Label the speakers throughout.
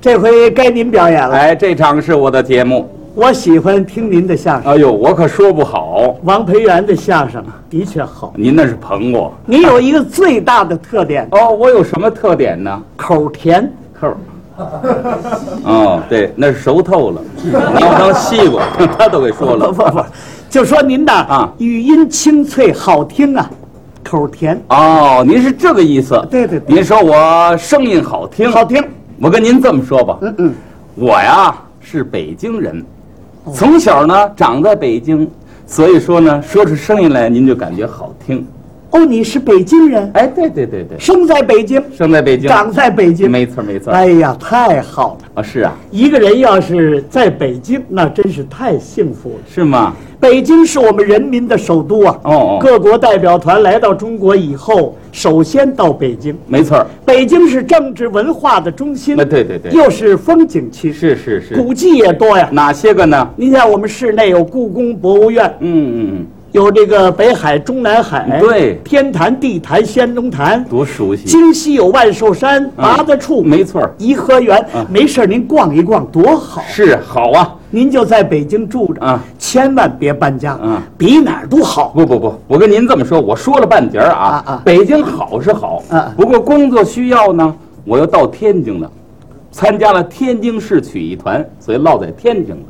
Speaker 1: 这回该您表演了。
Speaker 2: 哎，这场是我的节目。
Speaker 1: 我喜欢听您的相声，
Speaker 2: 哎呦，我可说不好，
Speaker 1: 王培元的相声的确好。
Speaker 2: 您那是捧我。
Speaker 1: 您有一个最大的特点，
Speaker 2: 哦，我有什么特点呢？
Speaker 1: 口甜。
Speaker 2: 扣 儿。哦，对，那是熟透了，拿我当西瓜， 他都给说
Speaker 1: 不
Speaker 2: 了。
Speaker 1: 不不，就说您呐，
Speaker 2: 啊
Speaker 1: 语音清脆好听啊，口甜。
Speaker 2: 哦，您是这个意思？
Speaker 1: 对对对
Speaker 2: 您说我声音好听，
Speaker 1: 好听。
Speaker 2: 我跟您这么说吧，
Speaker 1: 嗯哦嗯，
Speaker 2: 我呀是北京人，从小呢长在北京，所以说呢说出声音来您就感觉好听。
Speaker 1: 哦，你是北京人，
Speaker 2: 哎，对对对对，
Speaker 1: 生在北京，
Speaker 2: 生在北京，
Speaker 1: 长在北京。
Speaker 2: 没错没错。
Speaker 1: 哎呀，太好了！
Speaker 2: 啊，是啊，
Speaker 1: 一个人要是在北京，那真是太幸福了。
Speaker 2: 是吗？
Speaker 1: 北京是我们人民的首都啊！
Speaker 2: 哦哦
Speaker 1: 各国代表团来到中国以后，首先到北京。
Speaker 2: 没错儿，
Speaker 1: 北京是政治文化的中心，
Speaker 2: 哎对对对
Speaker 1: 又是风景区，
Speaker 2: 是是是。
Speaker 1: 古迹也多呀。
Speaker 2: 哪些个呢？
Speaker 1: 您像我们市内有故宫博物院，
Speaker 2: 嗯嗯
Speaker 1: 有这个北海、中南海，
Speaker 2: 对
Speaker 1: 天坛、地坛、仙踪坛
Speaker 2: 嗯，，多熟悉。
Speaker 1: 京西有万寿山、八大处，
Speaker 2: 嗯没嗯错儿，
Speaker 1: 颐和园。没事儿您逛一逛多好，
Speaker 2: 是好啊。
Speaker 1: 您就在北京住着
Speaker 2: 啊，
Speaker 1: 千万别搬家
Speaker 2: 嗯，
Speaker 1: 比哪儿都好。
Speaker 2: 不不不，我跟您这么说，我说了半截儿啊
Speaker 1: 啊啊
Speaker 2: 北京好是好，
Speaker 1: 啊啊
Speaker 2: 不过工作需要呢，我又到天津了，参加了天津市曲艺团，所以落在天津了。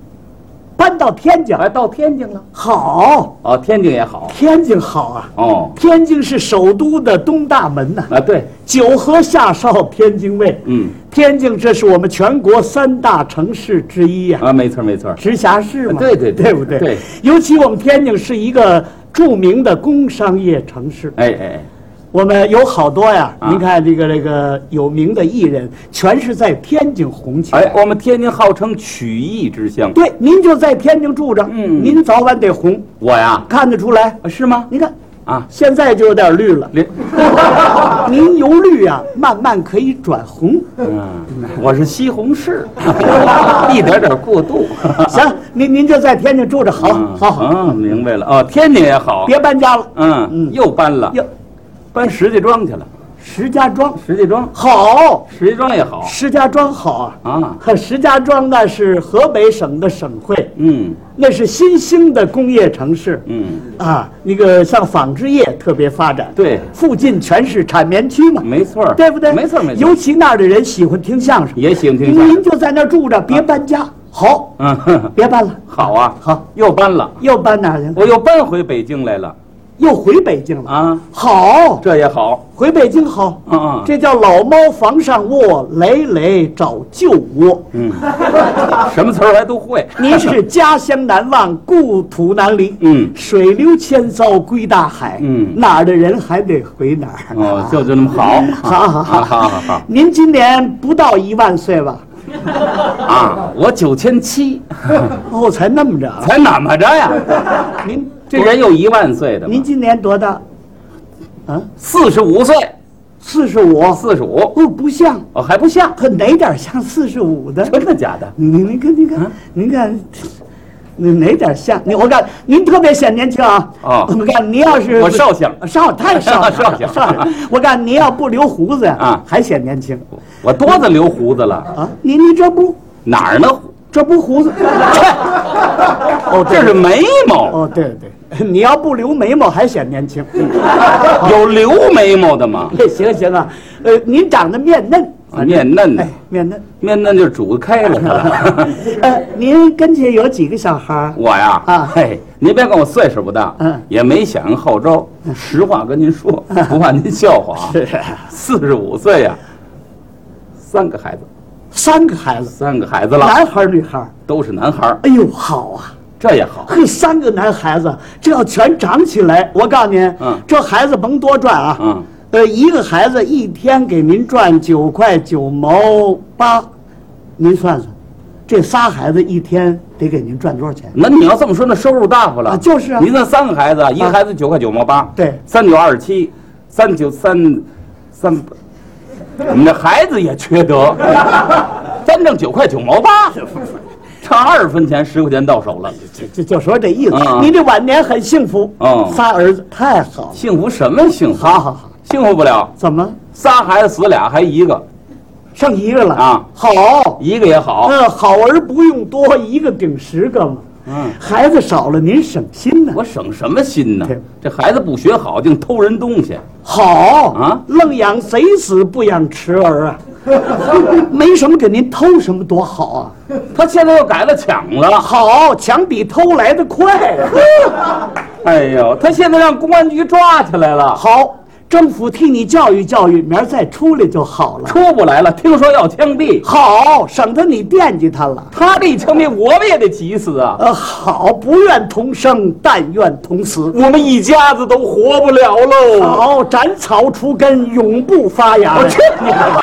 Speaker 1: 搬到天津
Speaker 2: 哎，到天津了，
Speaker 1: 好，
Speaker 2: 哦，天津也好，
Speaker 1: 天津好啊，
Speaker 2: 哦，
Speaker 1: 天津是首都的东大门呐、
Speaker 2: 啊对，
Speaker 1: 九河下梢天津卫。
Speaker 2: 嗯，
Speaker 1: 天津这是我们全国三大城市之一呀、
Speaker 2: 啊没错没错，
Speaker 1: 直辖市嘛，
Speaker 2: 哎对对对
Speaker 1: 对不对？
Speaker 2: 对，
Speaker 1: 尤其我们天津是一个著名的工商业城市，
Speaker 2: 哎哎哎，
Speaker 1: 我们有好多呀，
Speaker 2: 啊
Speaker 1: 您看这个这个有名的艺人，全是在天津红起来。
Speaker 2: 哎，我们天津号称曲艺之乡，
Speaker 1: 对，您就在天津住着，
Speaker 2: 嗯
Speaker 1: 您早晚得红，
Speaker 2: 我呀，
Speaker 1: 看得出来。
Speaker 2: 啊是吗？
Speaker 1: 您看，
Speaker 2: 啊，
Speaker 1: 现在就有点绿了，
Speaker 2: 连，
Speaker 1: 您由绿啊，慢慢可以转红。
Speaker 2: 嗯，我是西红 柿，一点点过渡。
Speaker 1: 行，您您就在天津住着，好，
Speaker 2: 嗯
Speaker 1: 好，好，
Speaker 2: 嗯，明白了。哦，天津也好，
Speaker 1: 别搬家了。
Speaker 2: 嗯，又搬了，
Speaker 1: 哟，
Speaker 2: 搬石家庄去了。
Speaker 1: 石家庄
Speaker 2: 石家庄，
Speaker 1: 好，
Speaker 2: 石家庄也好
Speaker 1: 石家庄好啊。
Speaker 2: 啊。
Speaker 1: 呵，石家庄那是河北省的省会，
Speaker 2: 嗯
Speaker 1: 那是新兴的工业城市
Speaker 2: 嗯，
Speaker 1: 啊。那个像纺织业特别发展，，
Speaker 2: 对，
Speaker 1: 附近全是产棉区嘛，
Speaker 2: 没错儿
Speaker 1: 对不对？
Speaker 2: 没错儿没错儿
Speaker 1: 尤其那儿的人喜欢听相声，
Speaker 2: 也喜欢听相
Speaker 1: 您
Speaker 2: 声。
Speaker 1: 就在那儿住着，别搬家。好，
Speaker 2: 嗯， 呵呵
Speaker 1: 别搬了，
Speaker 2: 好啊，
Speaker 1: 好，
Speaker 2: 又搬了，
Speaker 1: 又搬哪儿去了？
Speaker 2: 我又搬回北京来了
Speaker 1: 又回北京了。
Speaker 2: 啊，
Speaker 1: 好，
Speaker 2: 这也好。
Speaker 1: 回北京好。
Speaker 2: 嗯嗯，
Speaker 1: 这叫老猫房上卧，累累找旧窝。
Speaker 2: 什么词儿还都会。
Speaker 1: 您是家乡难忘，故土难离。
Speaker 2: 嗯
Speaker 1: 水流千艘归大海。
Speaker 2: 嗯
Speaker 1: 哪儿的人还得回哪儿。啊
Speaker 2: 哦，就就那么好，啊
Speaker 1: 好好好
Speaker 2: 好好好
Speaker 1: 您今年不到一万岁吧？
Speaker 2: 啊！我九千七，
Speaker 1: 哦，才那么着啊。
Speaker 2: 才哪么着 呀？
Speaker 1: 您
Speaker 2: 这人有一万岁的吗，
Speaker 1: 您今年多大？啊，
Speaker 2: 四十五岁，
Speaker 1: 四十五。
Speaker 2: 四十五，
Speaker 1: 哦，不像，
Speaker 2: 哦，还不像，
Speaker 1: 可哪点像四十五的？
Speaker 2: 真的假的？
Speaker 1: 您您看您看
Speaker 2: 啊
Speaker 1: 您看，你哪点像？你我看您特别显年轻啊！
Speaker 2: 哦
Speaker 1: 我看您要是
Speaker 2: 我绍兴
Speaker 1: 绍太绍
Speaker 2: 绍兴
Speaker 1: 绍兴。我看您要不留胡子呀
Speaker 2: 啊
Speaker 1: 还显年轻
Speaker 2: 我多的留胡子了，
Speaker 1: 啊！您您这不
Speaker 2: 哪儿呢？
Speaker 1: 这不胡子？ 哦，对
Speaker 2: 这是眉毛，
Speaker 1: 哦对对，你要不留眉毛还显年 轻。
Speaker 2: 有留眉毛的吗？
Speaker 1: 嘿行行啊，呃，您长得面嫩，
Speaker 2: 啊面嫩的
Speaker 1: 哎，，面嫩。
Speaker 2: 面嫩就煮开了 它。
Speaker 1: 呃，您跟前有几个小孩儿？
Speaker 2: 我呀，
Speaker 1: 啊
Speaker 2: 嘿，您别看我岁数不大，
Speaker 1: 嗯
Speaker 2: 也没想上后招。实话跟您说，不怕您笑话 啊，四十五岁呀，三个孩子，
Speaker 1: 三个孩子，
Speaker 2: 三个孩子了，
Speaker 1: 男孩儿女孩儿。
Speaker 2: 都是男孩儿，
Speaker 1: 哎呦，好啊！
Speaker 2: 这也好。
Speaker 1: 嘿，三个男孩子，这要全长起来，我告诉您，
Speaker 2: 嗯
Speaker 1: 这孩子甭多赚啊，
Speaker 2: 嗯，
Speaker 1: 呃，一个孩子一天给您赚九块九毛八，您算算，这仨孩子一天得给您赚多少钱？
Speaker 2: 那你要这么说，那收入大发了。
Speaker 1: 啊就是啊啊
Speaker 2: 您那三个孩子，一个孩子九块九毛八，
Speaker 1: 对
Speaker 2: 三九二十七，三九三，三，你那孩子也 缺德，单挣九块九毛八，差二十分钱，十块钱到手了，
Speaker 1: 就就就说这意思，
Speaker 2: 嗯嗯
Speaker 1: 您这晚年很幸福，
Speaker 2: 哦
Speaker 1: 仨儿子太好了，
Speaker 2: 幸福什么幸福？
Speaker 1: 好好好，
Speaker 2: 幸福不了，
Speaker 1: 怎么？
Speaker 2: 仨孩子死俩还一个，
Speaker 1: 剩一个了
Speaker 2: 啊
Speaker 1: 好，
Speaker 2: 一个也好。
Speaker 1: 呃，好而不用多，一个顶十个嘛。
Speaker 2: 嗯，
Speaker 1: 孩子少了您省心呢。
Speaker 2: 我省什么心呢
Speaker 1: 对？
Speaker 2: 这孩子不学好，净偷人东西。
Speaker 1: 好
Speaker 2: 啊
Speaker 1: 愣养贼死不养迟儿啊， 没什么给您偷什么多好啊。
Speaker 2: 他现在又改了抢了。
Speaker 1: 好，抢比偷来的快啊。
Speaker 2: 哎呦，他现在让公安局抓起来了，
Speaker 1: 好，政府替你教育教育，明儿再出来就好了。
Speaker 2: 出不来了。听说要枪毙，
Speaker 1: 好，省得你惦记他了。
Speaker 2: 他这一枪毙，我们也得急死啊！
Speaker 1: 呃，好，不愿同生，但愿同死。
Speaker 2: 我们一家子都活不了喽。
Speaker 1: 好，斩草除根，永不发芽呀。
Speaker 2: 我去你的吧！